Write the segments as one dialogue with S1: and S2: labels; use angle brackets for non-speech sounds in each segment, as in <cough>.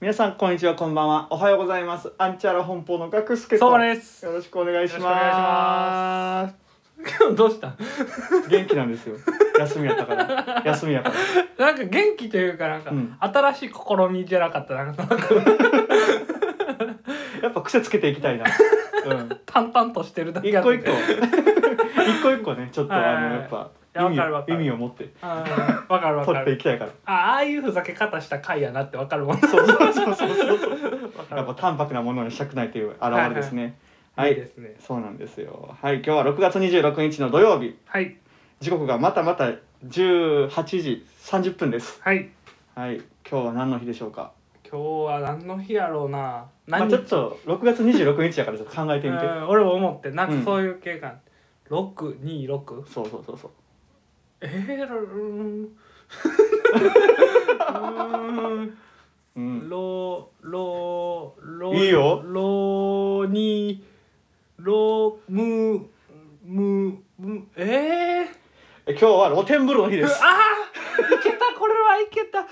S1: 皆さんこんにちはこんばんはおはようございますアンチャラ本邦のガクスケ
S2: そう
S1: と
S2: で
S1: よ
S2: す。
S1: ろしくお願いし
S2: よろしくお願いし
S1: ま
S2: ますどうした？
S1: 元気なんですよ <laughs> 休みやったから休みやから
S2: なんか元気というかなんか、
S1: うん
S2: 新しい試みじゃなかったなんかなんか
S1: やっぱ癖つけていき
S2: <laughs>
S1: たいなうん
S2: 淡々としてるだけ
S1: 一
S2: やった
S1: 個
S2: ん
S1: 一
S2: で
S1: 個一個一個ねちょっとあ
S2: はいはい
S1: の
S2: はい
S1: やっぱ
S2: いやわ
S1: 意
S2: かるわ
S1: 味
S2: か
S1: を
S2: る
S1: 意味を持って
S2: あーわかるわか
S1: 取ってい
S2: る。
S1: きたいから
S2: あああいうふざけ方した回やなってわかるもん。
S1: そうそうそうそうそう
S2: わか
S1: やっ
S2: る
S1: ぱ
S2: わか
S1: 淡白なものにしたくないという現れですね
S2: る。
S1: はい、
S2: いいですね。
S1: そうなんですよはい今日は6月26日の土曜日
S2: はい
S1: 時刻がまたまた18時30分です
S2: はい。
S1: はい今日は何の日でしょうか
S2: 今日は何の日やろうな。
S1: まあ、
S2: 何
S1: ち
S2: 日
S1: ょっと6月26日やからちょっと考えてみて
S2: うん俺も思ってなんかそういう系が六二
S1: <laughs>
S2: 六。
S1: そうそうそうそう
S2: えー、ろうー
S1: <laughs>
S2: ん。うーん
S1: うん
S2: ロロロ
S1: いいよ
S2: ロにロムムムえー、
S1: え今日は露天風呂の日です
S2: ああいけたこれはいけた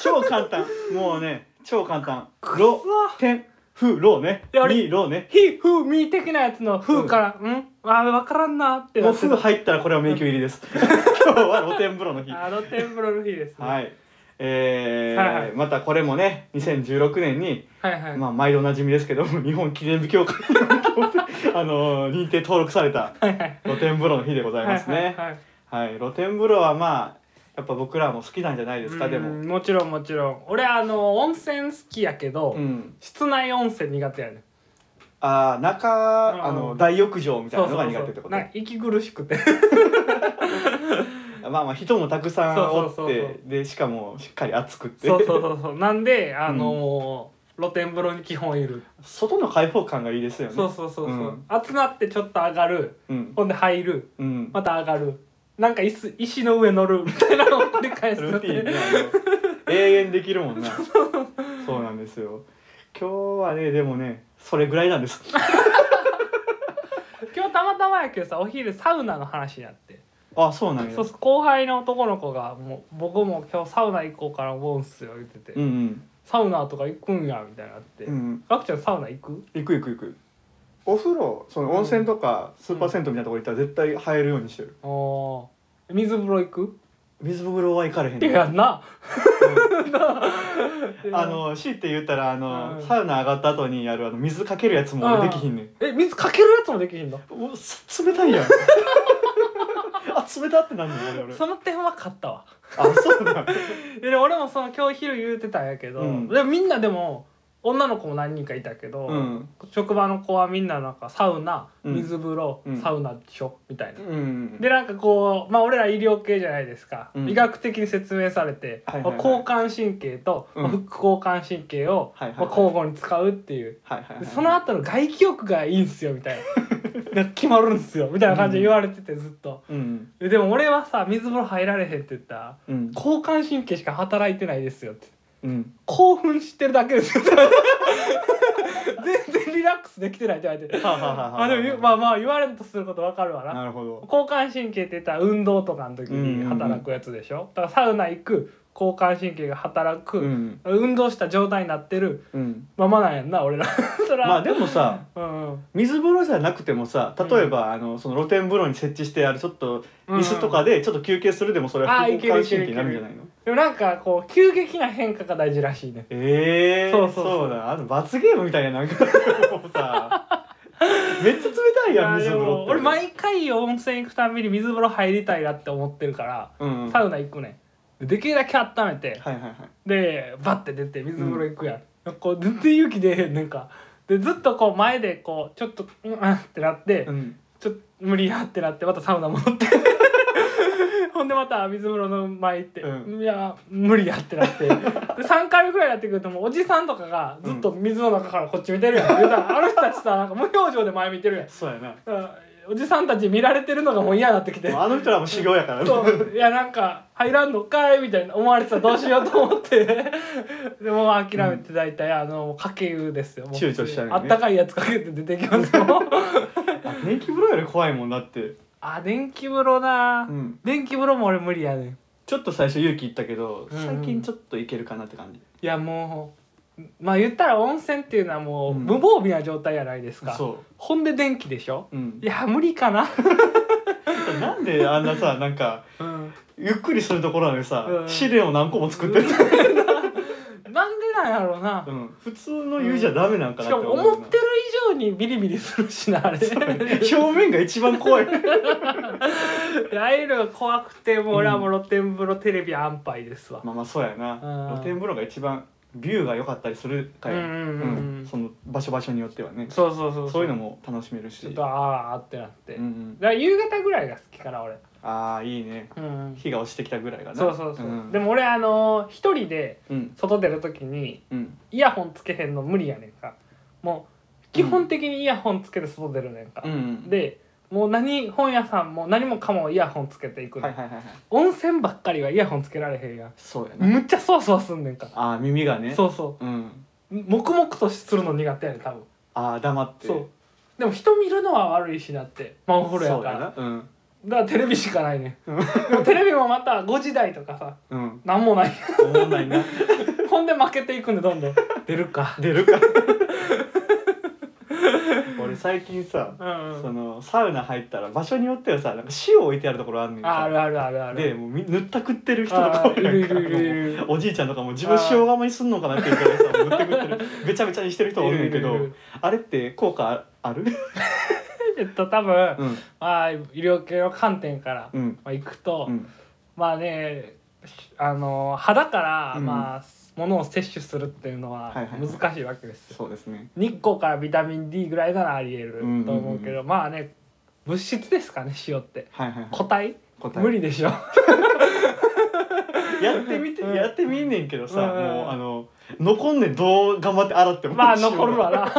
S1: 超簡単もうね超簡単
S2: く
S1: 露
S2: わ
S1: 天風呂ね
S2: いやあれ
S1: にろね
S2: ひふみ的なやつのふからうん、あーわからんなって
S1: も
S2: な
S1: う
S2: っ
S1: 風
S2: てた
S1: 呂入ったらこれは迷宮入りです <laughs> 今日は露天風呂の日
S2: あ露天風呂の日ですね
S1: はいえー
S2: はいはい
S1: またこれもね2016年に、
S2: はいはい
S1: まあ、毎度おなじみですけども <laughs> 日本記念日協会にあの認定登録された
S2: はいはい
S1: 露天風呂の日でございます
S2: はい
S1: ね
S2: はいはい
S1: はい、露天風呂はまあやっぱ僕らも好きなんじゃないですかで
S2: う
S1: も
S2: んもちろんもちろん俺あの温泉好きやけど、
S1: うん
S2: 室内温泉苦手やねん
S1: ああ中、
S2: うん
S1: あの大浴場みたい
S2: そう
S1: なの
S2: そ
S1: が
S2: うそう
S1: 苦手ってこと
S2: なんか息苦しくて
S1: まあまあ人もたくさんおって
S2: そうそうそうそう
S1: でしかもしっかり暑くって
S2: そうそうそうそう <laughs> なんであのー露天風呂に基本いる、
S1: 外の開放感がいいですよね
S2: そうそうそう
S1: う
S2: そう、
S1: ん
S2: 暑なってちょっと上がる
S1: うん
S2: ほんで入る
S1: うん
S2: また上がるなんか椅子石の上乗るみたいなのを繰り返す
S1: ルーティンねあの永遠できるもんなそうなんですよ今日はねでもねそれぐらいなんです
S2: 今日たまたまやけどさお昼サウナの話になって、
S1: あそうなんや
S2: そうそう後輩の男の子がもう「僕も今日サウナ行こうかな思うんすよ」言ってて、
S1: うんうん
S2: サウナとか行くんや」みたいになって、
S1: うんうん
S2: ガクちゃんサウナ行く
S1: 行く行く行くお風呂その温泉とかスーパー銭湯みたいなとこ行ったら絶対入るようにしてる
S2: おー水風呂行く、
S1: 水風呂は行かれへん
S2: い
S1: ね
S2: やな <laughs> な
S1: あの強いて言ったらあの、
S2: うん
S1: サウナ上がった後にやるあの水かけるやつも
S2: うん
S1: 俺できひんねん
S2: え水かけるやつもできひんの
S1: おす冷たいやん <laughs> あ冷たってなんねん俺俺
S2: その点は勝った <laughs> わ
S1: <laughs> あそうなん
S2: で俺もその今日昼言うてたんやけど、
S1: うん
S2: でもみんなでも女の子も何人かいたけど、
S1: うん
S2: 職場の子はみんななんかサウナ
S1: うん
S2: 水風呂、
S1: うん
S2: サウナでしょみたいな、
S1: うん
S2: でなんかこうまあ俺ら医療系じゃないですか、
S1: うん
S2: 医学的に説明されて、
S1: はいはいはい
S2: まあ交感神経と、
S1: うん
S2: まあ副交感神経を、
S1: はいはい
S2: まあ、交互に使うっていう、
S1: はいはい、はい、
S2: でその後の外気浴がいいんすよみたい
S1: <laughs>
S2: ななんか決まるんすよみたいな感じで言われててずっと、
S1: うん
S2: ででも俺はさ水風呂入られへんって言ったら
S1: うん
S2: 交感神経しか働いてないですよって
S1: うん
S2: 興奮してる <laughs> だけですよ全然リラックスできてないって言われて
S1: はあはあ <laughs> はあはあ
S2: あでも言うまあまあ言われるとすることわかるわな
S1: なるほど
S2: 交感神経って言ったら運動とかの時に働くやつでしょだからサウナ行く交感神経が働く、
S1: うん
S2: 運動した状態になってる
S1: うん
S2: ままなんやんな俺らそら、
S1: まあで
S2: <laughs>
S1: もさ
S2: うんうん
S1: 水風呂じゃなくてもさ例えば、あのその露天風呂に設置してあるちょっと
S2: うん
S1: 椅子とかでちょっと休憩するでもそれは
S2: あー
S1: 副
S2: いけ
S1: 交感神経
S2: るいける
S1: になるんじゃないの
S2: でもなんかこう急激な変化が大事らしいね
S1: ええー、
S2: そうそうそう
S1: だあの罰ゲームみたいななんかもう
S2: <laughs>
S1: さめっちゃ冷たいやん
S2: あ
S1: 水
S2: で
S1: 風呂っ
S2: も
S1: て
S2: 俺毎回温泉行くたびに水風呂入りたいなって思ってるから、
S1: うんうん
S2: サウナ行くねんでできるだけ温めて
S1: はいはいはい
S2: でバッて出て水風呂行くやん、こう全然勇気出えへんなんかでずっとこう前でこうちょっとうんあってなって、
S1: うん
S2: ちょっと無理やってなってまたサウナ戻って <laughs> ほんでまた水風呂の前行って、
S1: う
S2: いや無理やってなってで3回目ぐらいになってくるともうおじさんとかがずっと水の中からこっち見てるやん、言うたらあの人たちさなんか無表情で前見てるやん
S1: そうやな
S2: だからおじさんたち見られてるのがもう嫌になってきて
S1: もうあの人らも修行やからね
S2: そういやなんか入らんのかいみたいな思われてたらどうしようと思って
S1: <laughs>
S2: でもう諦めて大体、あのかけ湯ですよもう
S1: 躊躇したよね
S2: あったかいやつかけて出て
S1: <laughs>
S2: きますよ
S1: 電気風呂より怖いもんだって、
S2: あ電気風呂な、
S1: うん、
S2: 電気風呂も俺無理やねん
S1: ちょっと最初勇気いったけど
S2: うんうん
S1: 最近ちょっといけるかなって感じ
S2: いやもうまあ言ったら温泉っていうのはもう
S1: うん
S2: 無防備な状態じゃないですか、
S1: そ
S2: ほんで電気でしょ
S1: う、うん
S2: い、や無理かな、
S1: なんであんなさなんか
S2: うん、
S1: ゆっくりするところなのにさ、
S2: うん
S1: 試練を何個も作ってる、
S2: なんでなんやろうな、
S1: うん、普通の湯じゃダメなんか
S2: し
S1: な
S2: か
S1: って
S2: も
S1: 思うな
S2: 思ってる以上にビリビリするしなあれ
S1: 表面が一番怖
S2: <laughs>
S1: い
S2: ああいうのが怖くてもう俺はもう露天風呂テレビ安牌ですわ、
S1: まあまあそうや
S2: う
S1: なん露天風呂が一番ビューが良かったりするか
S2: うん
S1: ら、
S2: うんうんうん
S1: その場所場所によってはね
S2: そうそうそう
S1: そういうのも楽しめるし
S2: ちょっとああってなって、
S1: うんうん、
S2: だから夕方ぐらいが好きかな俺、
S1: ああいいね
S2: うん、
S1: 日が落ちてきたぐらいかな
S2: そうそうそう、
S1: ん、
S2: でも俺あのー一人で
S1: うん
S2: 外出る時に
S1: うん
S2: イヤホンつけへんの無理やねんかもう基本的にイヤホンつけて外出るねんか
S1: うん、うん
S2: でもう何本屋さんも何もかもイヤホンつけていくね
S1: は
S2: ん、
S1: いはいはいはい
S2: 温泉ばっかりはイヤホンつけられへんやん
S1: そうやな、
S2: むっちゃそわそわすんねんか
S1: ああ耳がね、
S2: そうそう
S1: ん、
S2: う黙々とするの苦手やねん多分
S1: ああ黙って
S2: そうでも人見るのは悪いしだってマンホールや
S1: そう
S2: から
S1: や
S2: だか
S1: なうん
S2: らテレビしかないね
S1: うん
S2: んでもテレビもまた5時台とかさ
S1: うん
S2: なん
S1: <laughs>
S2: もない
S1: 思わないな
S2: ほんで負けていくんでどんどん出るか
S1: 出 <laughs> るか俺最近さ、
S2: うんう
S1: そ
S2: ん
S1: のサウナ入ったら場所によってはさなんか塩置いてあるところあんねんか
S2: ああるあるあるある
S1: でもうみ塗ったくってる人と
S2: あ
S1: か
S2: ーいるいるいるい
S1: なん
S2: る
S1: かもうおじいちゃんとかも自分塩釜にすんのかなっていうからさもう
S2: <laughs>
S1: 塗ってくってるべちゃべちゃにしてる人おるんやけ
S2: いるい
S1: ど
S2: る
S1: あれって効果ある
S2: えっと多分、
S1: うん
S2: まあ医療系の観点から、
S1: うん
S2: まあ、行くと、
S1: うん
S2: まあねしあの肌から、
S1: うん
S2: まあ物を摂取するっていうのは
S1: はいはいはい
S2: 難しいわけですよ、
S1: そうですね
S2: 日光からビタミン D ぐらいならありえると思うけど、
S1: うんうんう
S2: まあね物質ですかね塩って
S1: はいはいはい
S2: 固体
S1: 答え
S2: 無理で
S1: <laughs>
S2: しょ
S1: やってみて
S2: うん
S1: やってみんねんけどさ
S2: うん
S1: もうあの残んねんどう頑張って洗っても
S2: まあ残るわな、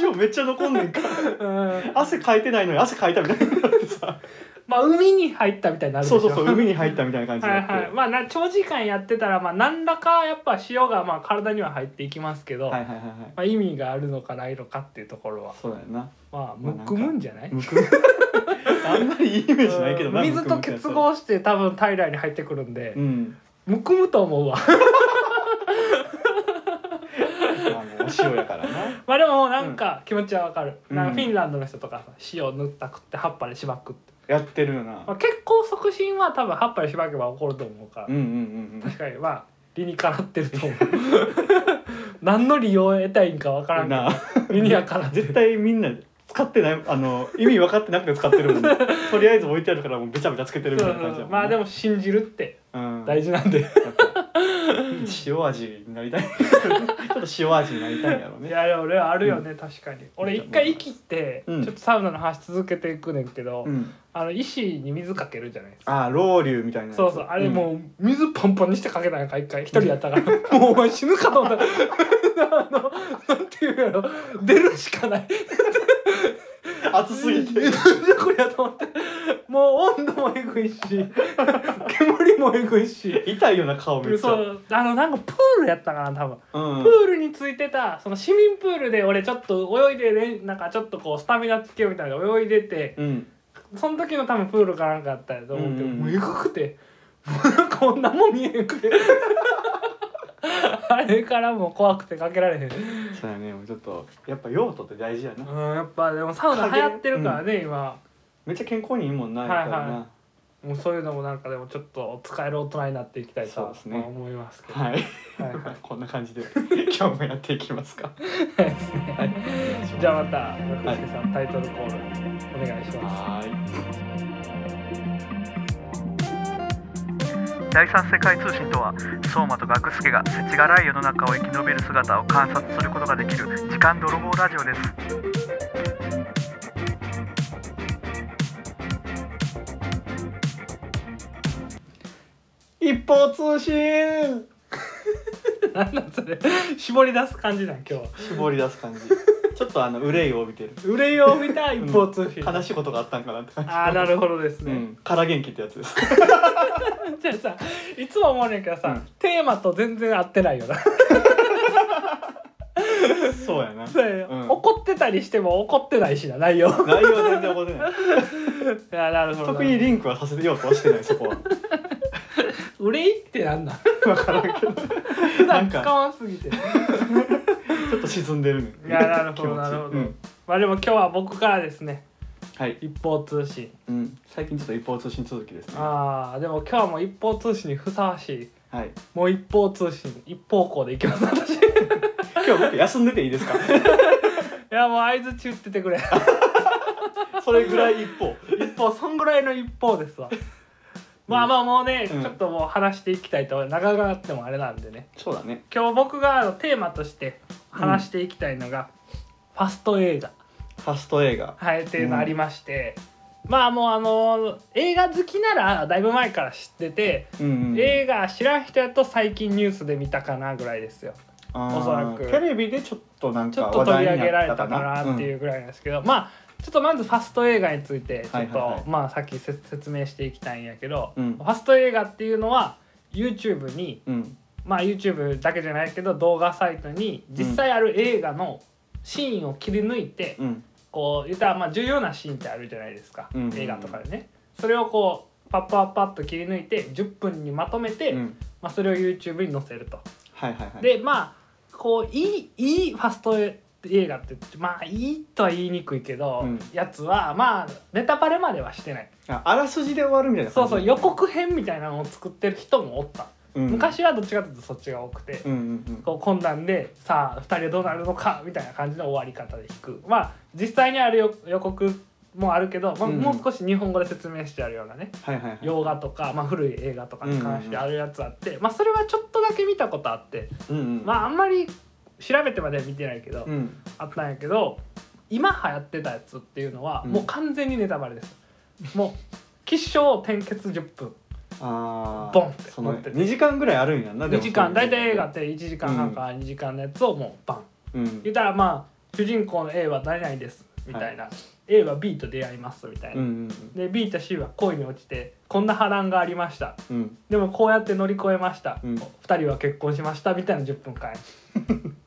S1: 塩が塩めっちゃ残んねんから
S2: うん、
S1: 汗かいてないのに汗かいたみたいになってさ
S2: まあ海に入ったみたいになるでし
S1: そ
S2: ょ
S1: うそうそう海に入ったみたいな感じ
S2: は
S1: にないって
S2: はい、まあな長時間やってたら、まあ、何らかやっぱ塩がまあ体には入っていきますけど、
S1: はいはいはいはい
S2: まあ、意味があるのかないのかっていうところは
S1: そうだよな
S2: まあむくむんじゃない
S1: むくむあんまりいいイメージないけどな
S2: 水と結合して多分体内に入ってくるんで
S1: う、ん
S2: むくむと思うわ <laughs>
S1: まあもうお塩やからな
S2: まあでもなんか気持ちはわかる、
S1: うん
S2: なんかフィンランドの人とかさ塩塗ったくって葉っぱでしばくって、
S1: やってるよな
S2: まあ、結構促進は多分葉っぱでしばけば起こると思うから、
S1: うんうんうんうん
S2: 確かにまあ理にかなってると思う <laughs> 何の利用を得たいんかわからんけ
S1: なあ
S2: ど理にはかなってる
S1: 絶対みんな使ってないあの意味分かってなくて使ってるもん
S2: <laughs>
S1: ねとりあえず置いてあるからもうべちゃべちゃつけてるみたいな感じだもんね
S2: まあでも信じるって
S1: うん
S2: 大事なんで、
S1: やっぱ塩味になりたいちょっと塩味になりたいんやろう
S2: い
S1: ね
S2: やでも俺はあるよね、確かに俺一回息ってち
S1: う
S2: ょ
S1: ん
S2: っとサウナの話続けていくねんけど、
S1: うん
S2: あの石に水かけるじゃないですか
S1: ああロウリュみたいなやつ
S2: そうそうあれもう水パンパンにしてかけたんやんか一回一人やったから <laughs> もうお前死ぬかと思ったあのなんていうやろ出るしかない
S1: うん熱すぎて
S2: なんだこれやと思ってもう温度もえぐいし煙もえぐいし
S1: 痛いような顔めっち
S2: そ
S1: ゃ
S2: うあのなんかプールやったかな多分
S1: うん
S2: プールについてたその市民プールで俺ちょっと泳いでれんなんかちょっとこうスタミナつけようみたいなので泳いでて
S1: うん
S2: その時の多分プールかなんかあったやと思うけど、
S1: うんうん
S2: もうえぐくてもうなんかこんなもん見えへんくて <laughs> あれからもう怖くてかけられへんう
S1: そうやねもうちょっとやっぱ用途って大事やなん
S2: やっぱでもサウナ流行ってるからね、今
S1: めっちゃ健康にいいもんな
S2: はい
S1: やっぱり
S2: はもうそういうのもなんかでもちょっと使える大人になっていきたいと
S1: そう
S2: は
S1: ですね
S2: 思いますけど
S1: なはい、
S2: はいはい
S1: <laughs> こんな感じで今日もやっていきますか
S2: じゃあまた中介さん、タイトルコールお願いします <laughs>
S1: はーい
S3: 第三世界通信とは相馬と学助が世知辛い世の中を生き延びる姿を観察することができる時間泥棒ラジオです
S1: 一方通信
S2: 何なんそれ絞り出す感じなん今日は
S1: 絞り出す感
S2: <laughs>
S1: じちょっとあの憂いを帯びてる
S2: 憂いを見た一方通信、
S1: 悲しいことがあったんかなって感じ
S2: ああなるほどです
S1: う
S2: ね、
S1: ん、から元気ってやつ
S2: <laughs>
S1: です
S2: じゃあさいつも思うねんけどさ、
S1: うん
S2: テーマと全然合ってないよ <laughs> な
S1: そうやな
S2: そうやよ
S1: うん
S2: 怒ってたりしても怒ってないしな内
S1: <laughs>
S2: 容い
S1: 内容は全然覚えて
S2: <laughs>
S1: ない
S2: やなるほど
S1: 特にリンクはさせようとはしてないそこは
S2: 憂いってなんなん <laughs>
S1: 分からんけど <laughs>
S2: 普
S1: なん
S2: 段
S1: か
S2: 使わんすぎて <laughs>
S1: ちょっと沈んでるね
S2: いやなるほど
S1: 気持ち
S2: なるほど
S1: うん
S2: まあでも今日は僕からですね
S1: はい、
S2: 一方通信
S1: うん、最近ちょっと一方通信続きですねは
S2: ああでも今日はもう一方通信にふさわしい
S1: い
S2: もう一方通信一方向でいきます <laughs> 私い
S1: 今日僕休んでていいですか
S2: やもう相づち打っててくれ <laughs>
S1: それぐらい一方
S2: 一方そんぐらいの一方ですわまあまあもうね、
S1: うん
S2: ちょっともう話していきたいと長くなってもあれなんでね
S1: そうだね
S2: 今日僕があのテーマとして話していきたいのが、ファスト映画、
S1: ファスト映画
S2: はい、っていうのありまして、まあもうあの映画好きならだいぶ前から知ってて、
S1: うん、うん、
S2: 映画知らん人やと最近ニュースで見たかなぐらいですよ
S1: あー
S2: おそらく
S1: テレビでちょっとなん
S2: ち
S1: か
S2: ょっと
S1: 話
S2: 取り
S1: 題
S2: 上
S1: に
S2: げら
S1: な
S2: れ
S1: った
S2: た
S1: か
S2: か
S1: な
S2: なっていうぐらいなんですけど、まあちょっとまずファスト映画についてちょっと、
S1: はいはいはい
S2: まあさっきせ説明していきたいんやけど、
S1: うん
S2: ファスト映画っていうのは YouTube に
S1: うん、うん
S2: まあ YouTube だけじゃないけど動画サイトに実際ある映画のシーンを切り抜いて、
S1: うん
S2: こう言ったらまあ重要なシーンってあるじゃないですか、
S1: うんうんうん
S2: 映画とかでねそれをこうパッパッパッと切り抜いて10分にまとめて、
S1: うん、
S2: まあ、それを YouTube に載せると。
S1: はいはいはい
S2: でまあこういいいいファスト映画ってまあいいとは言いにくいけど、
S1: うん
S2: やつはまあネタバレまではしてない
S1: ああらすじで終わるみたいな
S2: そ
S1: 感
S2: う
S1: じ
S2: そう予、告編みたいなのを作ってる人もおった、
S1: うん、
S2: 昔はどっちかというとそっちが多くて、
S1: うんうんうん
S2: こう困難でさあ2人はどうなるのかみたいな感じの終わり方で弾くまあ実際にあるよ予告もあるけど、まあ、
S1: うんうん
S2: もう少し日本語で説明してあるようなね
S1: はいはいはい
S2: 洋画とか、まあ、古い映画とかに関してあるやつあって、まあ、それはちょっとだけ見たことあって
S1: うんうん
S2: まああんまり調べてまでは見てないけど、
S1: うん
S2: あったんやけど今流行ってたやつっていうのは
S1: うん
S2: もう完全にネタバレです、
S1: <laughs>
S2: もう起承転結10分
S1: あー
S2: ボンって
S1: その
S2: 持ってて
S1: 2時間ぐらいあるんやんなで
S2: 2
S1: も
S2: 時間
S1: そうい
S2: 大
S1: う
S2: 体映画って1時間半から2時間のやつをもうバ
S1: う
S2: ン
S1: ん
S2: 言ったらまあ主人公の A は誰々ですみたいな、A は B と出会いますみたい
S1: うんう
S2: な、
S1: ん
S2: で B と C は恋に落ちてこんな波乱がありました
S1: うん
S2: でもこうやって乗り越えました、
S1: う
S2: 二
S1: ん
S2: 2人は結婚しましたみたいな10分間
S1: <laughs>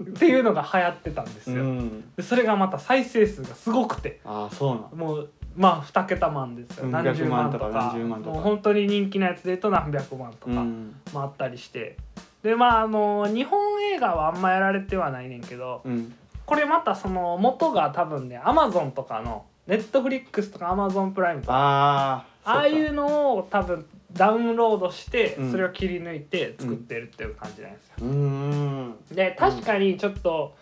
S2: っていうのが流行ってたんです
S1: うん
S2: よ、
S1: うん
S2: でそれがまた再生数がすごくて
S1: ああそうなん
S2: もうまあ2桁万ですよ
S1: うん
S2: 何十万とか
S1: 100万とか何十万とか
S2: もう本当に人気なやつで言うと何百万とか、
S1: うん
S2: まあ、あったりしてでまああの日本映画はあんまやられてはないねんけど、
S1: うん
S2: これまたその元が多分ね Amazon とかの Netflix とか Amazon プライムとか
S1: ああ
S2: ああいうのを多分ダウンロードして
S1: うん
S2: それを切り抜いて作ってるっていう感じなんですよ。
S1: うーん
S2: で確かにちょっと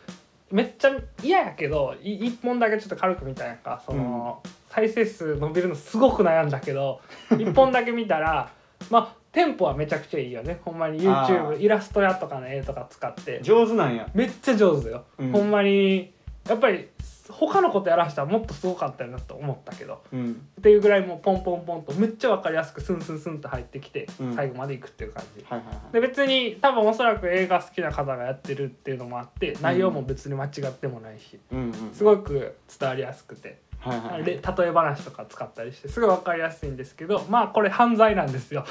S2: めっちゃ嫌やけどい一本だけちょっと軽く見たやんかその、再生数伸びるのすごく悩んだ
S1: <laughs>
S2: けど一本だけ見たらまあテンポはめちゃくちゃいいよねほんまに
S1: あ
S2: YouTube
S1: ー
S2: イラストやとかの絵とか使って
S1: 上手なんや
S2: めっちゃ上手よ、
S1: うん
S2: ほんまにやっぱり他のことやらしたらもっとすごかったよなと思ったけど
S1: うん
S2: っていうぐらいもうポンポンポンとめっちゃ分かりやすくスンスンスンと入ってきて
S1: うん
S2: 最後までいくっていう感じ、
S1: はいはいはい
S2: で別に多分おそらく映画好きな方がやってるっていうのもあって内容も別に間違ってもないし、
S1: うんうん
S2: すごく伝わりやすくて、
S1: はいはいはい
S2: で例え話とか使ったりしてすごい分かりやすいんですけどまあこれ犯罪なんで
S1: <laughs>
S2: すよ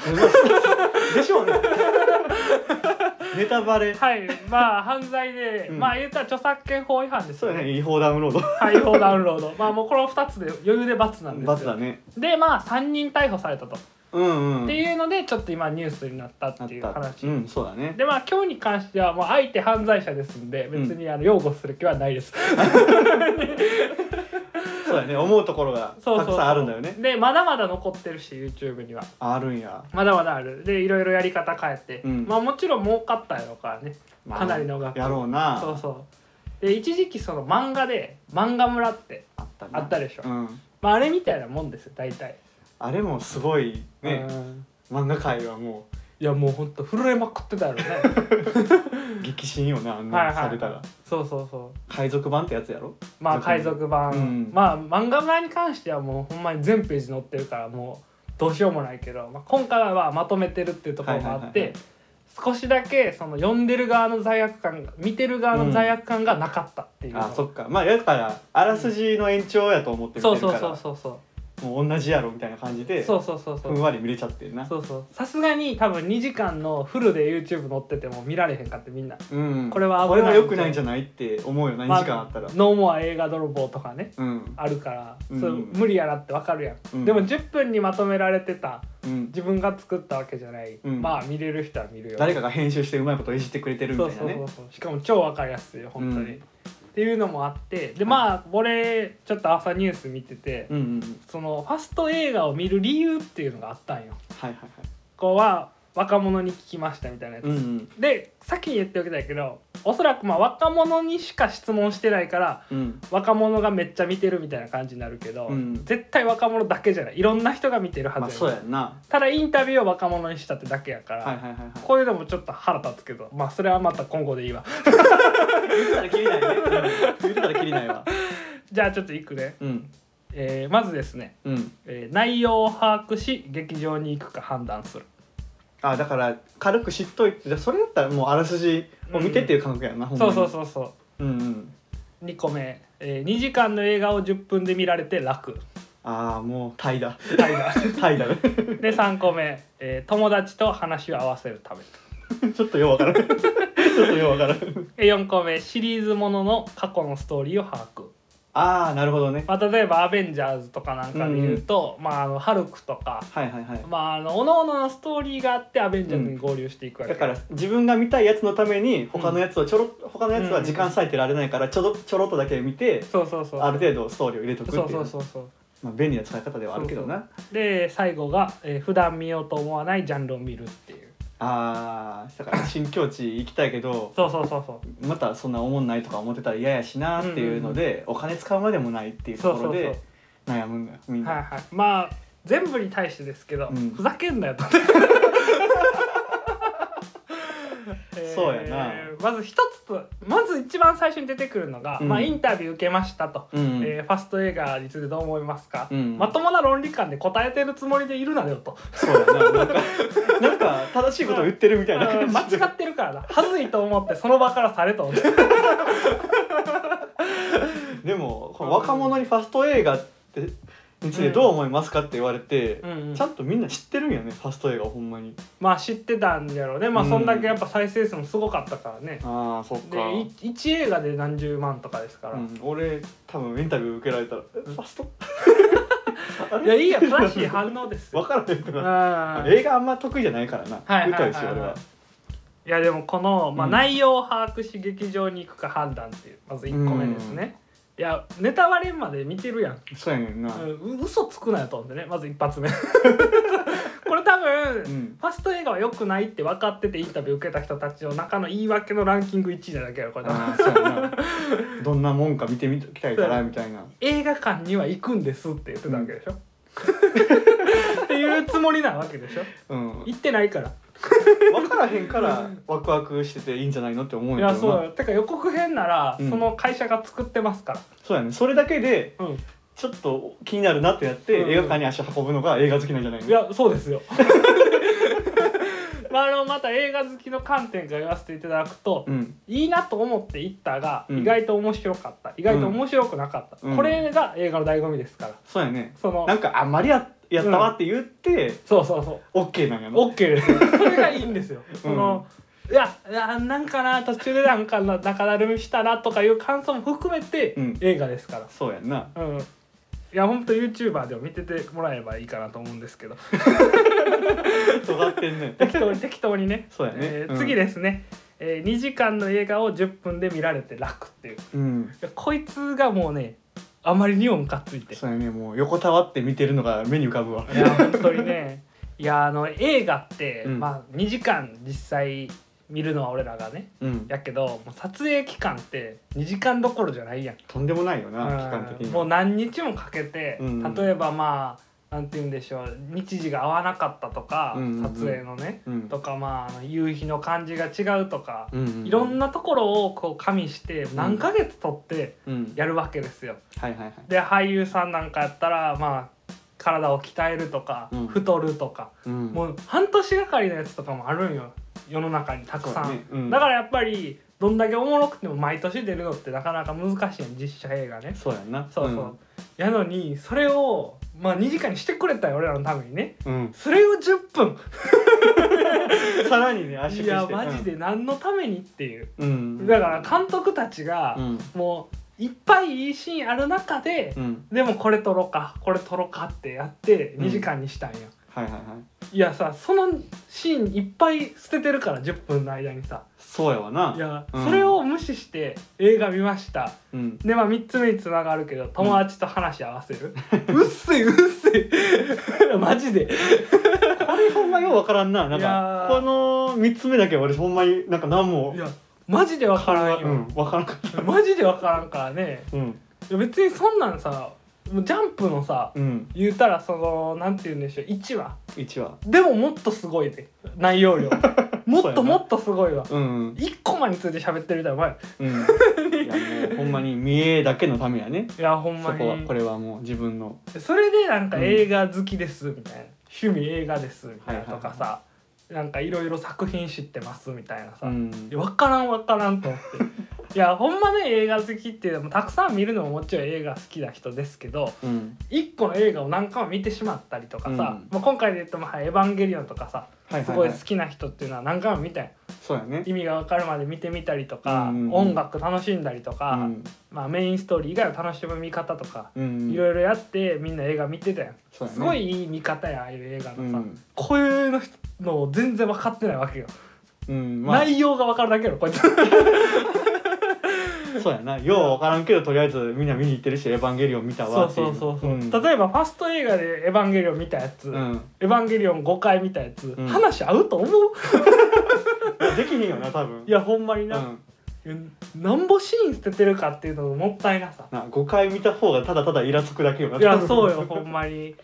S1: でしょうねネタバレ
S2: はいまあ犯罪で、
S1: うん
S2: まあ言ったら著作権法違反です
S1: そ
S2: よ
S1: うや
S2: ね
S1: ね違法ダウンロー
S2: 解放ダウンロード <laughs> まあもうこの2つで余裕で罰なんです
S1: ド
S2: よ
S1: 罰だね
S2: でまあ3人逮捕されたと、
S1: うんうん
S2: っていうのでちょっと今ニュースになったっていう
S1: なった
S2: 話、
S1: うんそうだね
S2: でまあ今日に関してはもう相手犯罪者ですんで別にあの擁護する気はないです、
S1: そうだね思うところが
S2: そう
S1: た
S2: そう
S1: くさんあるんだよね
S2: でまだまだ残ってるし YouTube には
S1: あるんや
S2: まだまだあるでいろいろやり方変えて、
S1: うん
S2: まあもちろん儲かったやろうからね
S1: まあ
S2: かなりの額
S1: やろうな
S2: そうそうで一時期その漫画で漫画村って
S1: あったな
S2: あったでしょ、
S1: うん
S2: まあ、あれみたいなもんですよ大体
S1: あれもすごいね
S2: うん
S1: 漫画界はも
S2: いやもうほんと震えまくってたやろうね
S1: <laughs> う激震よなあん
S2: はい
S1: な
S2: はい
S1: されたら
S2: そうそうそ
S1: 海賊版ってやつやろ
S2: うまあ海賊版、
S1: うん
S2: まあ漫画版に関してはもうほんまに全ページ載ってるからもうどうしようもないけど、まあ、今回はまとめてるっていうところもあって、
S1: はいはいはい
S2: 少しだけその読んでる側の罪悪感が見てる側の罪悪感がなかったっていうの、
S1: あそっかまあやからあらすじの延長やと思って見
S2: そう
S1: てる
S2: そう
S1: か
S2: そう
S1: ら
S2: そうそう
S1: もう同じやろみたいな感じで
S2: そうそうそうそ
S1: ふん
S2: う
S1: わり見れちゃってんな
S2: そうそうさすがに多分2時間のフルで YouTube 載ってても見られへんかってみんな
S1: うん、
S2: これは危ない
S1: これは良くないんじゃないって思うよな2時間あったら、
S2: まノーモア映画泥棒とかね
S1: うん
S2: あるから、
S1: うん
S2: それ無理やなってわかるやん、
S1: うん
S2: でも10分にまとめられてた
S1: うん
S2: 自分が作ったわけじゃない、
S1: うん
S2: まあ見れる人は見るよ
S1: 誰かが編集してうまいこといじってくれてるみ
S2: そう
S1: たいな
S2: そう
S1: ね
S2: そうそうしかも超わかりやすいよ本当に、
S1: うん
S2: っていうのもあってでまあ俺ちょっと朝ニュース見てて、
S1: うんうんうん
S2: そのファスト映画を見る理由っていうのがあったんよ
S1: はいはいはい
S2: こうは若者に聞きましたみたいなやつ、
S1: うんうん
S2: で先に言っておきたいけどおそらくまあ若者にしか質問してないから
S1: うん
S2: 若者がめっちゃ見てるみたいな感じになるけど、
S1: うん
S2: 絶対若者だけじゃないいろんな人が見てるはず
S1: まあ
S2: やね
S1: そうやんな
S2: ただインタビューを若者にしたってだけやから、
S1: はいはいはいはい
S2: これでもちょっと腹立つけどまあそれはまた今後でいいわ
S1: 言ってたらきりないねうん言ってたらきりないわ
S2: じゃあちょっといくね、
S1: うん
S2: えーまずですね、
S1: うん
S2: えー内容を把握し劇場に行くか判断する
S1: あだから軽く知っといてじゃあそれだったらもうあらすじを見てっていう感覚やな、ほんま
S2: そ
S1: に
S2: うそうそうそう
S1: うんうん
S2: 2個目、えー、2時間の映画を10分で見られ
S1: <laughs>
S2: て楽
S1: ああもうタイだ
S2: タイだ
S1: <laughs> タイだね
S2: で3個目、えー友達と話を合わせるため
S1: ちょっとようわからん <laughs> ちょっとようわからん
S2: で4個目シリーズものの過去のストーリーを把握、
S1: ああなるほどね
S2: まあ、例えば「アベンジャーズ」とかなんかで言うと、まああのハルクとか
S1: はいはいはい
S2: まああの各々のストーリーがあってアベンジャーズに合流していくわけ、
S1: だから自分が見たいやつのために他のやつをちょろ、他のやつは時間割いてられないからちょろちょろっとだけ見て、
S2: そうそうそう
S1: ある程度ストーリーを入れとくってい
S2: そううそうそうそう
S1: まあ、便利な使い方ではあるけどな
S2: で最後が、えー普段見ようと思わないジャンルを見るっていう
S1: あーだから新境地行きたいけど
S2: そうそうそうそう
S1: またそんな思んないとか思ってたら嫌やしなっていうので、お金使うまでもないっていうところ
S2: そう
S1: で
S2: そう
S1: 悩むんだよみんな、
S2: はいはいまあ全部に対してですけど、
S1: うん
S2: ふざけんなよと
S1: <laughs>
S2: えー
S1: そうやな
S2: まず一つとまず一番最初に出てくるのが、
S1: うん
S2: まあ、インタビュー受けましたと、
S1: うん
S2: えーファスト映画についてどう思いますか、
S1: うん
S2: まともな論理観で答えてるつもりでいるなよと
S1: そうやななんかなんか正しいことを言ってるみたいな
S2: <laughs> うん間
S1: 感じで
S2: 違ってるからなはずいと思ってその場からされと思って
S1: でもこの若者にファスト映画ってについてどう思いますかって言われて、
S2: うん <laughs> うん
S1: ちゃんとみんな知ってるんやねファスト映画をほんまに
S2: まあ知ってたんやろうねまあ
S1: うん
S2: そんだけやっぱ再生数もすごかったからね、
S1: ああそっ
S2: で1映画で何十万とかですから、
S1: うん、俺多分インタビュー受けられたら「えファス
S2: <laughs>
S1: ト?あれ」
S2: いやいいや正しい反応ですよ
S1: 分からへんってな
S2: あー
S1: 映画あんま得意じゃないからな
S2: はいはいはいはい
S1: 歌うし俺はい
S2: やでもこの、まあ、
S1: うん
S2: 内容を把握し劇場に行くか判断っていうまず1個目ですね、いやネタ割れまで見てるやん、
S1: そうやねんな
S2: うん、う嘘つくなよと思ってねまず一
S1: <laughs>
S2: 発目これ多分、
S1: うん
S2: ファスト映画は良くないって分かっててインタビュー受けた人たちの中の言い訳のランキング1位なだけやろこれ多分
S1: ああそうや
S2: <laughs>
S1: などんなもんか見てみときたいからみたいな
S2: 映画館には行くんですって言ってたわけでしょ、っていうつもりなわけでしょ
S1: うん
S2: 行ってないから
S1: 分からへんからワクワクしてていいんじゃないのって思うん
S2: い
S1: や
S2: や
S1: けど
S2: そう
S1: な
S2: よてか予告編なら、
S1: うん
S2: その会社が作ってますか
S1: そうやねそれだけで
S2: ら、うん、
S1: ちょっと気になるなってやって、
S2: うん
S1: 映画館に足運ぶのが映画好きなんじゃないの
S2: いやそうですよ <laughs> まあ、あのまた映画好きの観点から言わせていただくと、
S1: うん
S2: いいなと思って行ったが、
S1: うん
S2: 意外と面白かった意外と面白くなかった、
S1: うん
S2: これが映画の醍醐味ですから
S1: そうやね
S2: その
S1: なんかあんまりややったわって言って、
S2: そうそうそう
S1: オッケーなんやな
S2: OK ですよそれがいいんですよ、そのいやいやなんかな途中でなんかな中だるみしたなとかいう感想も含めて、
S1: うん
S2: 映画ですから
S1: そうやんな
S2: うん、いや本当 YouTuber でも見ててもらえばいいかなと思うんですけど
S1: 尖ってんね
S2: 適
S1: <laughs>
S2: 当に適当にね
S1: そうやね
S2: えー
S1: うん
S2: 次ですね、えー2時間の映画を10分で見られて楽っていうい
S1: うん
S2: やこいつがもうねあまりにもムカついてい
S1: そうやねもう横たわって見てるのが目に浮かぶわ
S2: や本当にねいやあの映画って、
S1: うん
S2: まあ、2時間実際見るのは俺らがね
S1: うん
S2: やけどもう撮影期間って2時間どころじゃないやん
S1: とんでもないよな期間的
S2: うん
S1: に
S2: もう何日もかけて、
S1: うん
S2: 例えばまあなんて言うんでしょう日時が合わなかったとか、
S1: うんうんうん
S2: 撮影のね、
S1: うん
S2: とかまああの夕日の感じが違うとか、
S1: うんうんうん
S2: いろんなところをこう加味して何ヶ月撮って
S1: うん
S2: やるわけですよ。
S1: はいはいはい
S2: で俳優さんなんかやったらまあ体を鍛えるとか、
S1: うん
S2: 太るとか、
S1: うん
S2: もう半年がかりのやつとかもあるんよ世の中にたくさん。
S1: そうねうん
S2: だからやっぱりどんだけおもろくても毎年出るのってなかなか難しいん実写映画ね。
S1: そうやんな
S2: そうそう、いやのにそれをまあ2時間にしてくれたよ俺らのためにね
S1: うん、
S2: それを10分
S1: <laughs> さらにね圧縮して
S2: い
S1: い
S2: やマジで何のためにっていう、
S1: うん
S2: だから監督たちが
S1: う、ん
S2: もういっぱいいいシーンある中で、
S1: うん
S2: でもこれ撮ろうかこれ撮ろうかってやって
S1: うん
S2: 2時間にしたんよ、
S1: はいはいはい
S2: いやさそのシーンいっぱい捨ててるから10分の間にさ
S1: そうやわない
S2: や、
S1: うん
S2: それを無視して映画見ました
S1: うん
S2: でまあ3つ目につながるけど友達と話合わ
S1: <laughs>
S2: せる、うっせいうっせえ <laughs> マジで
S1: これほんまようわからんななん
S2: いや
S1: か
S2: ー
S1: この3つ目だけは俺ほんまになんか何も
S2: いやマジでわからん
S1: う
S2: よ
S1: ん、わからんかっ
S2: マジでわからんからね
S1: たうん
S2: いや別にそんなんさもうジャンプのさ
S1: うん
S2: 言うたらそのなんて言うんでしょう1話
S1: 1話
S2: でももっとすごいで内容
S1: <laughs>
S2: 量もっともっとすごいわ
S1: うん
S2: 1コマについて喋ってるみたいなお前
S1: うんいやもうほんまに見栄だけのためやね
S2: いやほん
S1: そ
S2: ま
S1: こは
S2: に
S1: これはもう自分の
S2: それでなんか
S1: うん
S2: 映画好きですみたいな、趣味映画ですみたいなとかさ、
S1: は
S2: なんかいろいろ作品知ってますみたいな
S1: う
S2: さ、い
S1: ん
S2: や分からん分からんと
S1: <laughs>
S2: 思っていやほんまね映画好きっていうのもたくさん見るのももちろん映画好きな人ですけど
S1: うん
S2: 1個の映画を何回も見てしまったりとかさ、
S1: うん
S2: まあ、今回で言っても「はいエヴァンゲリオン」とかさ
S1: はい
S2: す
S1: はい
S2: ご
S1: はいい
S2: 好きな人っていうのは何回も見たよ
S1: そうやね
S2: 意味が分かるまで見てみたりとか、
S1: うんうん
S2: 音楽楽しんだりとか、
S1: うん
S2: まあ、メインストーリー以外の楽しむ見方とか、
S1: うん
S2: いろいろやってみんな映画見てたやん
S1: そうやね
S2: すごいいい見方やああいう映画のさ、
S1: うん
S2: こういうの人の全然分かってないわけよ、
S1: うんまあ
S2: 内容が分かるだけよ
S1: <laughs>
S2: こいつ
S1: そうやなようわからんけどとりあえずみんな見に行ってるし「エヴァンゲリオン」見た
S2: そ
S1: わ
S2: う
S1: ってい
S2: そうそうそう、
S1: ん
S2: 例えばファースト映画で「エヴァンゲリオン」見たやつ、
S1: うん
S2: エヴァンゲリオン5回見たやつ、
S1: ん
S2: 話合うと思う
S1: できひんよな多分
S2: いやほんまに
S1: う
S2: な、
S1: ん
S2: なんぼシーン捨ててるかっていうのももったいなさ
S1: な5回見た方がただただイラつくだけよない
S2: やそうよほんまに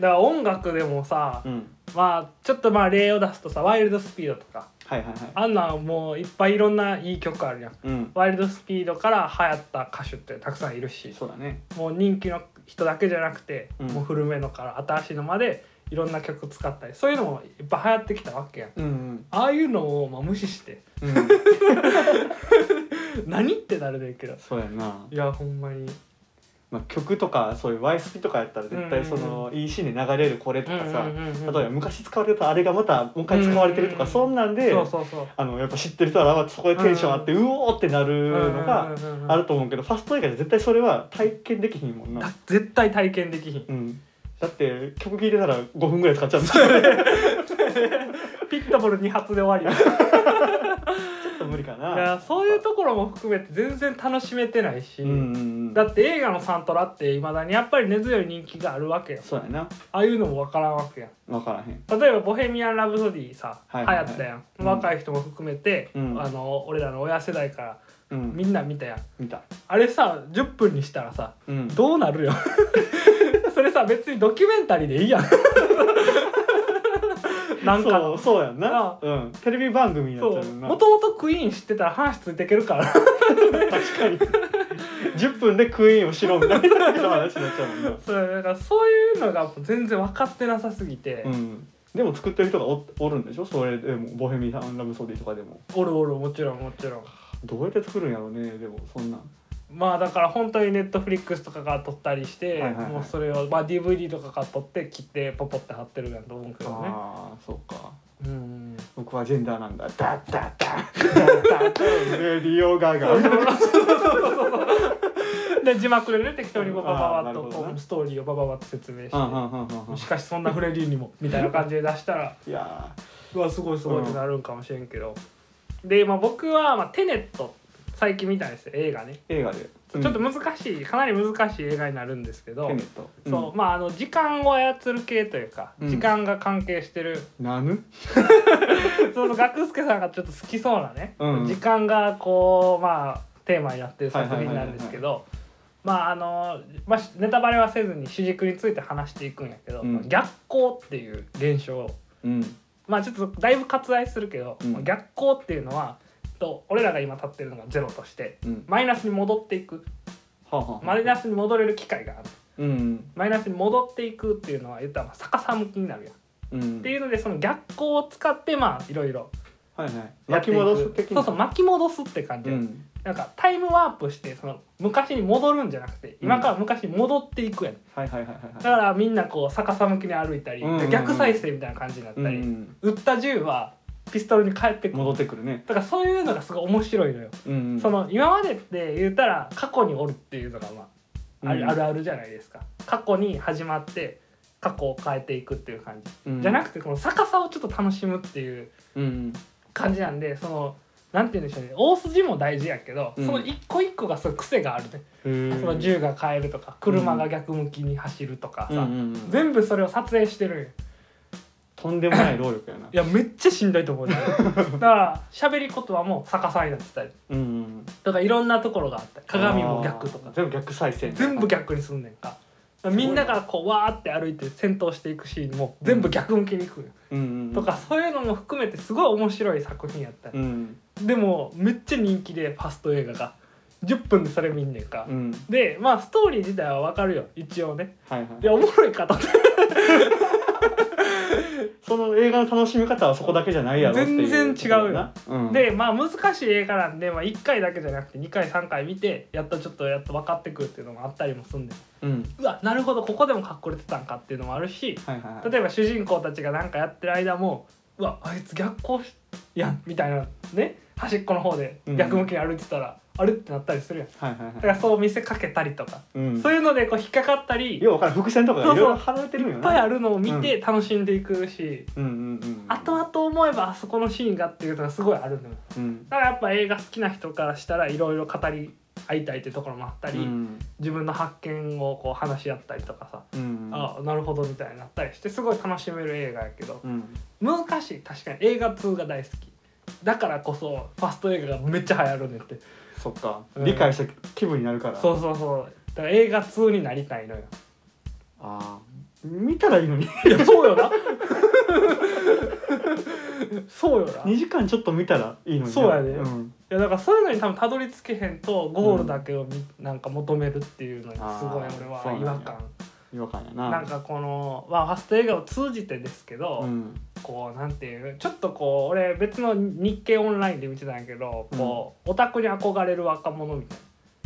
S2: だから音楽でもさ、
S1: うん
S2: まあちょっとまあ例を出すとさ「ワイルドスピード」とか
S1: はいはいはい
S2: あんなんもういっぱいいろんないい曲あるやん
S1: うん
S2: ワイルドスピードから流行った歌手ってたくさんいるし
S1: そうだね
S2: もう人気の人だけじゃなくて、
S1: うん
S2: もう古めのから新しいのまでいろんな曲使ったりそういうのもいっぱい流行ってきたわけやん
S1: うんうん
S2: ああいうのをまあ無視して <laughs>
S1: うん
S2: 何ってなるねんけど
S1: そうやない
S2: やほんまに
S1: まあ曲とかそういう Y スピとかやったら絶対そのいいシーンで流れるこれとかさ
S2: うんうんうんうん
S1: 例えば昔使われたあれがまたもう一回使われてるとか
S2: うん
S1: そんなんで
S2: そうそうそう
S1: あのやっぱ知ってる人はそこでテンション上がってうおーってなるのが
S2: うんうんうんうん
S1: あると思うけどファスト映画で絶対それは体験できひんもん
S2: だ
S1: な、
S2: 絶対体験できひん
S1: うん、だって曲聴いてたら5分ぐらい使っちゃうんだよ
S2: ピットボール2発で終わり
S1: ちょっと無理か
S2: よいや
S1: な
S2: そういうところも含めて全然楽しめてないし、
S1: うんうんうん
S2: だって映画のサントラっていまだにやっぱり根強い人気があるわけよ
S1: そうやな
S2: ああいうのもわからんわけやん
S1: 分からへん
S2: 例えば「ボヘミアン・ラブソディさ」
S1: はいはいはい
S2: 流行ったやん、
S1: うん
S2: 若い人も含めて、
S1: うん
S2: あの俺らの親世代から
S1: うん
S2: みんな見たやん
S1: 見た
S2: あれさ10分にしたらさ
S1: うん
S2: どうなるよ <laughs> それさ別にドキュメンタリーでいいやん <laughs> なんか
S1: そうそうやんな
S2: な、
S1: うん、テレビ番組になっち
S2: そ
S1: ゃ
S2: う
S1: うな
S2: もともとクイーン知ってたら話ついていけるから <laughs>
S1: 確かに10分でクイーンをしろみたいな話になっちゃうもんな、
S2: そうだからそういうのが全然分かってなさすぎて、
S1: うん、でも作ってる人がおおるんでしょそれでも「ボヘミアン・ラブ・ソディ」とかでも
S2: おるおるもちろんもちろん
S1: どうやって作るんやろうねでもそんなん
S2: まあだから本当にネットフリックスとかが撮ったりし
S1: は
S2: て、
S1: いはいはい
S2: もうそれを、まあ、DVD とかが撮って切ってポポって貼ってるんだと思うけどね
S1: ああそうか
S2: うん
S1: 僕はジェンダーなんだダッダッダッダッダッダッレディオガガ
S2: で字幕でね適当にこうバババッと
S1: あーなるほど
S2: こ
S1: な
S2: うストーリーをバババッと説明して、
S1: うんうんうんうんうん
S2: しかしそんなフレディにもみたいな感じで出したら
S1: いや
S2: うわすごいすごいってなるんかもしれんけど、で、まあ、僕は、まあ、テネット最近見たんですよ映画ね
S1: ー映画で
S2: ちょっと難しい、かなり難しい映画になるんですけど、
S1: テネット
S2: そうまああの時間を操る系というか、
S1: うん
S2: 時間が関係してる
S1: うんなぬ
S2: その学助さんがちょっと好きそうなね、
S1: うん
S2: 時間がこうまあテーマになってる作品なんですけどまああの、まあ、ネタバレはせずに主軸について話していくんやけど、
S1: うん
S2: 逆光っていう現象
S1: うん
S2: まあちょっとだいぶ割愛するけど、
S1: うん
S2: 逆光っていうのはと俺らが今立ってるのがゼロとして
S1: うん
S2: マイナスに戻っていく
S1: はあはあ
S2: マイナスに戻れる機会がある
S1: うん
S2: マイナスに戻っていくっていうのは言ったらまあ逆さ向きになるやん。
S1: うん
S2: っていうのでその逆光を使ってまあいろいろ
S1: はいはい
S2: やっ
S1: 巻
S2: て
S1: き
S2: いく
S1: 戻す的
S2: そ
S1: な
S2: うそう巻き戻すって感じ、
S1: うん
S2: なんかタイムワープしてその昔に戻るんじゃなくて今から昔に戻っていくやん、
S1: はいはいはいはい
S2: だからみんなこう逆さ向きに歩いたり、
S1: うんうんうん
S2: 逆再生みたいな感じになった
S1: うんう
S2: り、
S1: ん
S2: 撃った銃はピストルに返ってくる
S1: 戻ってくるね
S2: だからそういうのがすごい面白いのよ、
S1: うんうん
S2: その今までって言ったら過去におるっていうのがまあある,、
S1: うん
S2: あるあるじゃないですか過去に始まって過去を変えていくっていう感じ、
S1: うん
S2: じゃなくてこの逆さをちょっと楽しむっていう
S1: うん
S2: 感じなんでそのなんて言うんでしょうね大筋も大事やけど、
S1: うん
S2: その一個一個がそういう癖があるね、
S1: うんへえ
S2: その銃が変えるとか車が逆向きに走るとか
S1: うんう
S2: さ、
S1: んうん
S2: 全部それを撮影してるんよ
S1: とんでもない労力やない
S2: やめっちゃしんどいと思うね <laughs> だから喋り言葉も逆さになってたり
S1: うんうん
S2: とかいろんなところがあったり鏡も逆
S1: あ
S2: とか
S1: ー全部逆再生
S2: 全部逆にすんねんかだからみんながこうわーって歩いて戦闘していくシーンも全部逆向きにいくよ
S1: うんうんうん
S2: とかそういうのも含めてすごい面白い作品やった
S1: う
S2: り、
S1: ん
S2: でもめっちゃ人気でファスト映画が10分でそれ見んねんか、
S1: うん
S2: でまあストーリー自体はわかるよ一応ね
S1: はいはい
S2: いやおもろい方
S1: その映画の楽しみ方はそこだけじゃないやろっていう
S2: 全然違うよ、
S1: うん、
S2: でまあ難しい映画なんで、まあ、1回だけじゃなくて2回3回見てやっとちょっとやっと分かってくるっていうのもあったりもすんで
S1: うん
S2: うわなるほどここでも隠れてたんかっていうのもあるし
S1: はいはいはい
S2: 例えば主人公たちが何かやってる間もうわあいつ逆行しやんみたいなね端っこの方で逆向きに歩いてたら、あれってなったりするやんだ
S1: はいはいはい
S2: からそう見せかけたりとか、
S1: うん
S2: そういうのでこう引っかかったりいっ
S1: よう分からん伏線とかがいろいろ貼られてるんよ
S2: ぱい
S1: な
S2: あるのを見て楽しんでいくし、
S1: うんうんうん
S2: 後々思えばあそこのシーンがっていうのがすごいあるのよ。
S1: うん
S2: だからやっぱ映画好きな人からしたらいろいろ語り合いたいってところもあったり、
S1: うん
S2: 自分の発見をこう話し合ったりとかさ、
S1: うん
S2: ああなるほどみたいになったりしてすごい楽しめる映画やけど
S1: うん
S2: 難しい確かに映画2が大好きだからこそファスト映画がめっちゃ流行るねんって
S1: そっか
S2: うん
S1: 理解した気分になるから
S2: そうそうそうだから映画2になりたいのよ
S1: あー見たらいいのに
S2: いやそうよな <laughs> そうよない
S1: 2時間ちょっと見たらいいのにな
S2: そうやね
S1: ん
S2: やだからそういうのに多分たどり着けへんとゴールだけをみ、なんか求めるっていうのにすごい
S1: あー
S2: 俺
S1: そう
S2: は
S1: なんや
S2: 違和感
S1: 違和感や
S2: な
S1: なん
S2: かこの、まあ、ファスト映画を通じてですけど、
S1: うん
S2: こうなんていうちょっとこう俺別の日経オンラインで見てたんやけどこう、オタクに憧れる若者みたい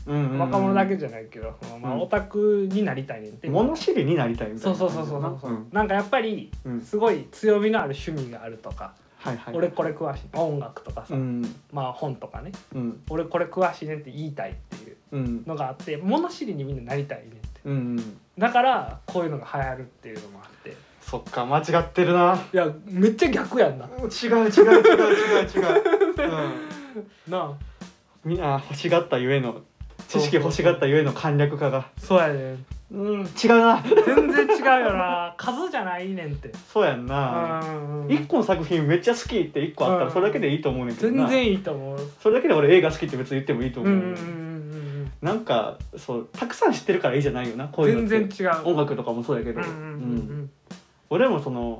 S1: うんう
S2: な、
S1: ん
S2: 若者だけじゃないけど、そのまあ、
S1: うん
S2: オタクになりたいねんって、
S1: 物知りになりたいみたい
S2: そう
S1: な
S2: そうそうそうそう、
S1: うん
S2: なんかやっぱり
S1: うん
S2: すごい強みのある趣味があるとか、
S1: はいはい
S2: 俺これ詳しい音楽とかさ、
S1: うん
S2: まあ本とかね
S1: うん
S2: 俺これ詳しいねって言いたいっていう
S1: うん
S2: のがあって物知りにみんななりたいねって
S1: うんうん
S2: だからこういうのが流行るっていうのもあってい
S1: そっか間違ってるな
S2: やめっちゃ逆やんな
S1: 違う違う違う違う違う、
S2: な
S1: うん、みんな欲しがったゆえの知識欲しがったゆえの簡略化が
S2: あそうやねん
S1: うん違うな
S2: 全然違うよな <laughs> 数じゃないねんって
S1: そうやん
S2: う
S1: なん
S2: うん
S1: 一個の作品めっちゃ好きって一個あった
S2: う
S1: ら
S2: ん
S1: それだけでいいと思うねんけどな
S2: 全然いいと思う
S1: それだけで俺映画好きって別に言ってもいいと
S2: うん
S1: 思
S2: う
S1: う、
S2: んうん
S1: なんかそうたくさん知ってるからいいじゃないよなこ
S2: うん
S1: ういうの
S2: 全
S1: って
S2: 然違う
S1: 音楽とかもそうやけ
S2: う
S1: ど、
S2: んうんうん
S1: 俺もその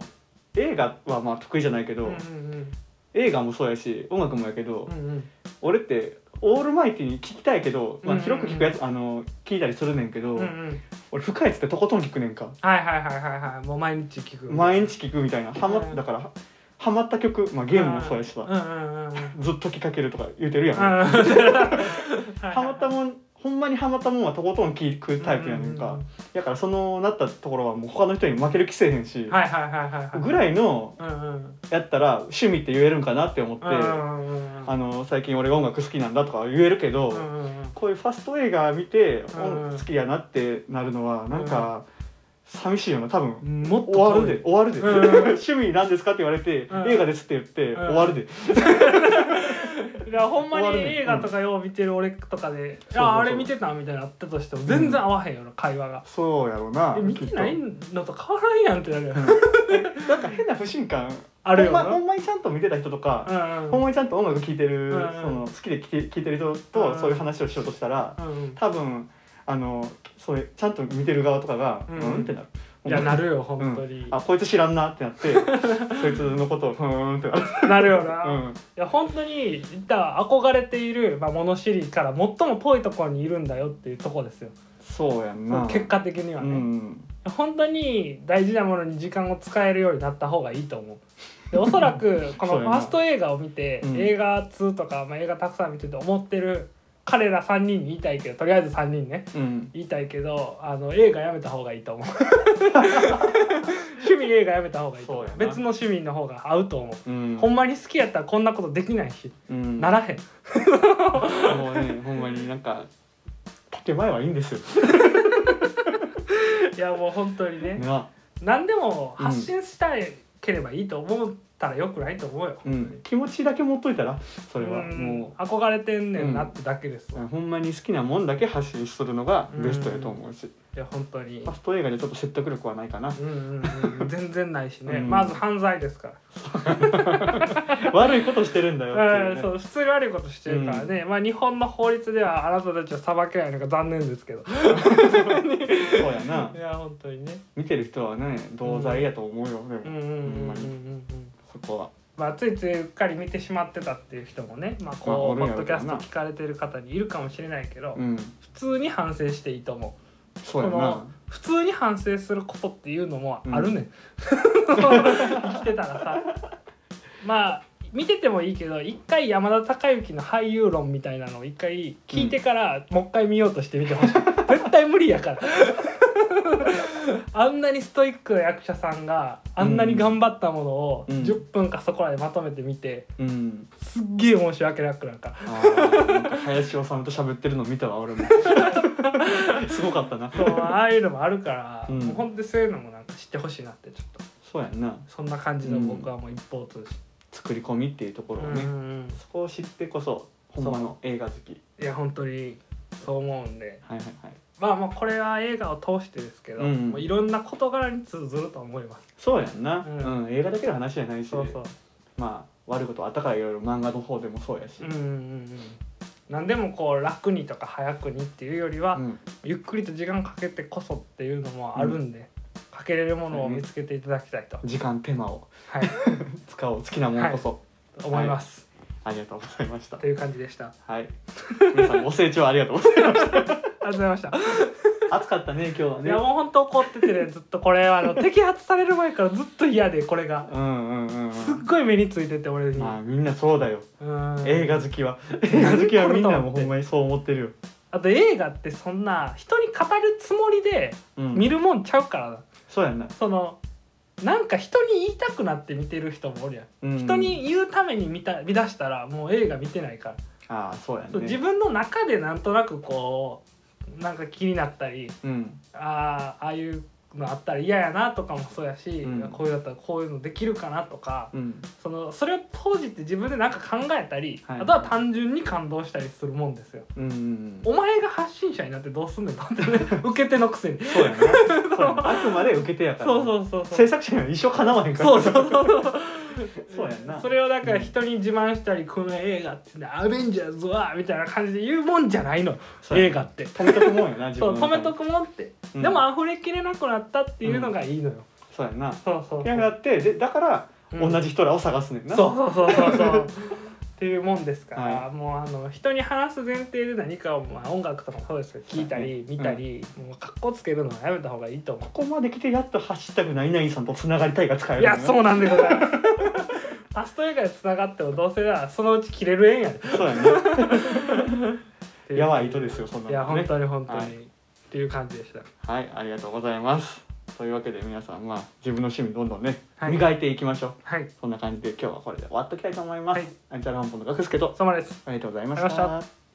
S1: 映画はまあ得意じゃないけ
S2: うん
S1: ど、
S2: うんうん
S1: 映画もそうやし音楽もやけど、
S2: うんうん
S1: 俺ってオールマイティに聞きたいけど、まあ、
S2: うんうんうん
S1: 広く聞くやつ、あの聞いたりするねんけど、
S2: うんうん
S1: 俺深いやつってとことん聞くねんか
S2: はいはいはいはいはいもう毎日聞く
S1: 毎日聞くみたいなハマ
S2: うん
S1: だからハマった曲、まあ、ゲームもそうやしさ、
S2: うんうんうんうんうん
S1: ずっと聞かけるとか言うてるやん、ハマ
S2: ハ
S1: ったもんほんまにハマったもんはとことん聞くタイプやねんか、だからそのなったところはもう他の人に負ける気せえへんし、
S2: はいはいはいはいはい
S1: ぐらいの
S2: うんうん
S1: やったら趣味って言えるんかなって思って、
S2: うんうんうん
S1: あの最近俺が音楽好きなんだとか言えるけど、
S2: うんうんうん
S1: こういうファスト映画見て、
S2: うん
S1: お好きやなってなるのはなんか寂しいよな多分、
S2: もっと
S1: 終わるで終わるで、
S2: うん
S1: 趣味なんですかって言われて、
S2: うん
S1: 映画ですって言って、
S2: うん
S1: 終わるで
S2: いやほんまに
S1: 終わるね
S2: 映画とかよう見てる俺とかで「
S1: そうそうそう
S2: ああれ見てた?」みたいなのあったとしても全然合わへんよな会話が。
S1: そうやろうな
S2: え見てない
S1: きっ
S2: のと変わらんやんってなるよね
S1: となんか変な不信感
S2: あるよ
S1: ほ、
S2: なん
S1: ま、ほんまにちゃんと見てた人とか、
S2: うんう
S1: ほん
S2: ん
S1: まにちゃんと音楽聴いてる、
S2: うん
S1: その好きで聴いて聴いてる人
S2: う
S1: と
S2: ん
S1: そういう話をしようとしたら、
S2: うんうん
S1: 多分あのそういうちゃんと見てる側とかが
S2: う
S1: うんん、ってなる。
S2: いやなるよ本当に、
S1: あこいつ知らんなってなって
S2: <laughs>
S1: そいつのことをふーんってなる、
S2: なるよな、
S1: う
S2: い
S1: ん、
S2: や本当に言ったら憧れている、まあ、物知りから最も遠いところにいるんだよっていうところですよ、
S1: そうやんな
S2: 結果的には
S1: う
S2: ね、
S1: ん
S2: 本当に大事なものに時間を使えるようになった方がいいと思う
S1: <laughs>
S2: でおそらくこの
S1: そう
S2: フ
S1: や
S2: ァ
S1: な
S2: ースト映画を見て、
S1: うん
S2: 映画2とか、まあ、映画たくさん見てて思ってる彼ら3人に言いたいけどとりあえず3人ね
S1: うん
S2: 言いたいけどあの映画やめた方がいいと思う
S1: <laughs>
S2: 趣味映画やめた方がいいと思う
S1: そうやな
S2: 別の趣味の方が合うと思う、
S1: うん
S2: ほんまに好きやったらこんなことできないし、
S1: うん
S2: な
S1: <laughs>
S2: らへん
S1: もうねほんまになんか建前はいいんですよ
S2: いやもう本当にね
S1: な、
S2: 何でも発信したいければいいと思ったらよくないと思うよ、
S1: うん、気持ちだけ持っといたらそれは
S2: うん
S1: も
S2: 憧れてんねんなってだけです、
S1: う
S2: い
S1: ほんまに好きなもんだけ発信するのがベストやと思うし
S2: や本当に
S1: ファスト映画でちょっと説得力はないかな <laughs>
S2: うんうんうん、全然ないしね、
S1: うん
S2: まず犯罪ですから
S1: 悪いことしてるんだよっていう
S2: うん
S1: ね
S2: そう普通に悪いことしてるからね、まあ日本の法律ではあなたたちは裁けないのが残念ですけど
S1: そうやない
S2: や本当にね
S1: 見てる人はね同罪やと思うよ
S2: う
S1: で
S2: ん
S1: も
S2: うんうんうんうん
S1: ほんまに
S2: うん
S1: そこは
S2: まあついついうっかり見てしまってたっていう人もね、
S1: ま
S2: まあ、
S1: あ
S2: こ
S1: おる
S2: うポ
S1: や
S2: ッ
S1: ろ
S2: ド
S1: う
S2: キ
S1: けど
S2: ャ
S1: な
S2: スト聞かれてる方にいるかもしれないけど、
S1: うん
S2: 普通に反省していいと思う
S1: そうや
S2: この
S1: な
S2: 普通に反省することっていうのもある <laughs> ねん、生きてたらさまあ見ててもいいけど一回山田孝之の俳優論みたいなのを一回聞いてから、もう一回見ようとしてみてほしい絶対無理やから
S1: <laughs>
S2: あんなにストイックな役者さんがあんなに頑張ったものを
S1: うん
S2: 10分かそこらでまとめてみて
S1: うん
S2: すっげえ申し訳なくなんか
S1: あーなんか林修と喋ってるの見たわ俺
S2: <laughs>
S1: もすごかったな
S2: そうああいうのもあるから、
S1: うん
S2: もうほんとそういうのもなんか知ってほしいなってちょっと
S1: そうやんな
S2: そんな感じの僕はもう一方通し
S1: 作り込みっていうところをね、
S2: うんうんうん
S1: そこを知ってこそほんまの映画好き
S2: いや本当にそう思うんで
S1: はいはいはい
S2: まあもうこれは映画を通してですけど、
S1: うんうん
S2: もういろんな事柄に通ずると思います
S1: そうやんな、
S2: う
S1: うんん映画だけの話じゃないし
S2: そうそう
S1: まあ悪いことあったからいろいろ漫画の方でもそうやし
S2: うんうんうんうん何でもこう楽にとか早くにっていうよりは、
S1: うん
S2: ゆっくりと時間かけてこそっていうのもあるんで、かけれるものを見つけていただきたいと、
S1: 時間手間を
S2: はい、
S1: 使おう好きなものこそ、
S2: 思います、
S1: ありがとうございました
S2: という感じでしたあ
S1: はい皆さんご清聴ありがとうございまし
S2: りがとうございました
S1: た
S2: <laughs>
S1: 暑かったね今日はいね
S2: やもう本当怒っててねずっとこれはあの摘発される前からずっと嫌でこれが
S1: うんうんうんうん
S2: すっごい目についてて俺に、
S1: まあみんなそうだよ
S2: うん
S1: 映画好き
S2: <laughs>
S1: は映画好きはみんなもうほんまにそう思ってるよ、
S2: あと映画ってそんな人に語るつもりで
S1: うん、
S2: 見るもんちゃうからな、
S1: そうやんな、
S2: そのなんか人に言いたくなって見てる人もおるやん、
S1: うん
S2: 人に言うために見た見出したらもう映画見てないから、
S1: ああそうやん
S2: そ
S1: ね
S2: う自分の中でなんとなくこうなんか気になったり
S1: うん
S2: あーああいうのあったら嫌やなとかもそうやし、
S1: うん
S2: こういうだったらこういうのできるかなとか、
S1: うん
S2: そのそれを当時って自分でなんか考えたり、
S1: はい
S2: あとは単純に感動したりするもんですよ。
S1: うんうんうん
S2: お前が発信者になってどうすんねんだってね
S1: <laughs>
S2: 受け手のくせに
S1: そう
S2: <laughs>
S1: やなそうやなあくまで受け手やから
S2: そうそうそうそ
S1: 制
S2: う
S1: 作者には一生かなわへんから
S2: そうそうそうそう
S1: そうやんな
S2: それをだから人に自慢したりこの映画ってねアベンジャーズはみたいな感じで言うもんじゃないの
S1: そうや
S2: 映画って
S1: 止めとくもんやな自
S2: そう
S1: 分の中
S2: 止め
S1: に
S2: とくもんって、
S1: うん
S2: でも溢れきれなくなったっていうのがいいのよ、
S1: そうやんな
S2: そうそう
S1: 嫌がってでだから
S2: うん
S1: 同じ人らを探すねんな
S2: そうそうそうそうそう
S1: <laughs>
S2: っていうもんですから、
S1: は
S2: もうあの人に話す前提で何かを、まあ、音楽とかもそうですけど聞いたり見たり、もうかっこつけるのはやめた方がいいと思う
S1: ここまで来てやっと「ハッシュタグ何々さんとつながりたい」が使え
S2: い
S1: るの
S2: や
S1: よ
S2: そうなんでございますファスト映画でつながってもどうせならそのうち切れる縁や
S1: そうやんな
S2: で
S1: やばい糸ですよそんない
S2: や
S1: の
S2: 本
S1: ね
S2: 当に本当に、
S1: はい
S2: っていう感じでした
S1: はいありがとうございますというわけで皆さんまあ自分の趣味どんどんね
S2: はい
S1: 磨いていきましょう
S2: はい
S1: そんな感じで今日はこれで終わっときたいと思いま
S2: はい
S1: すアンチャランポンの学助と
S2: そまです
S1: ありがとうござ
S2: ありがとうございま
S1: いました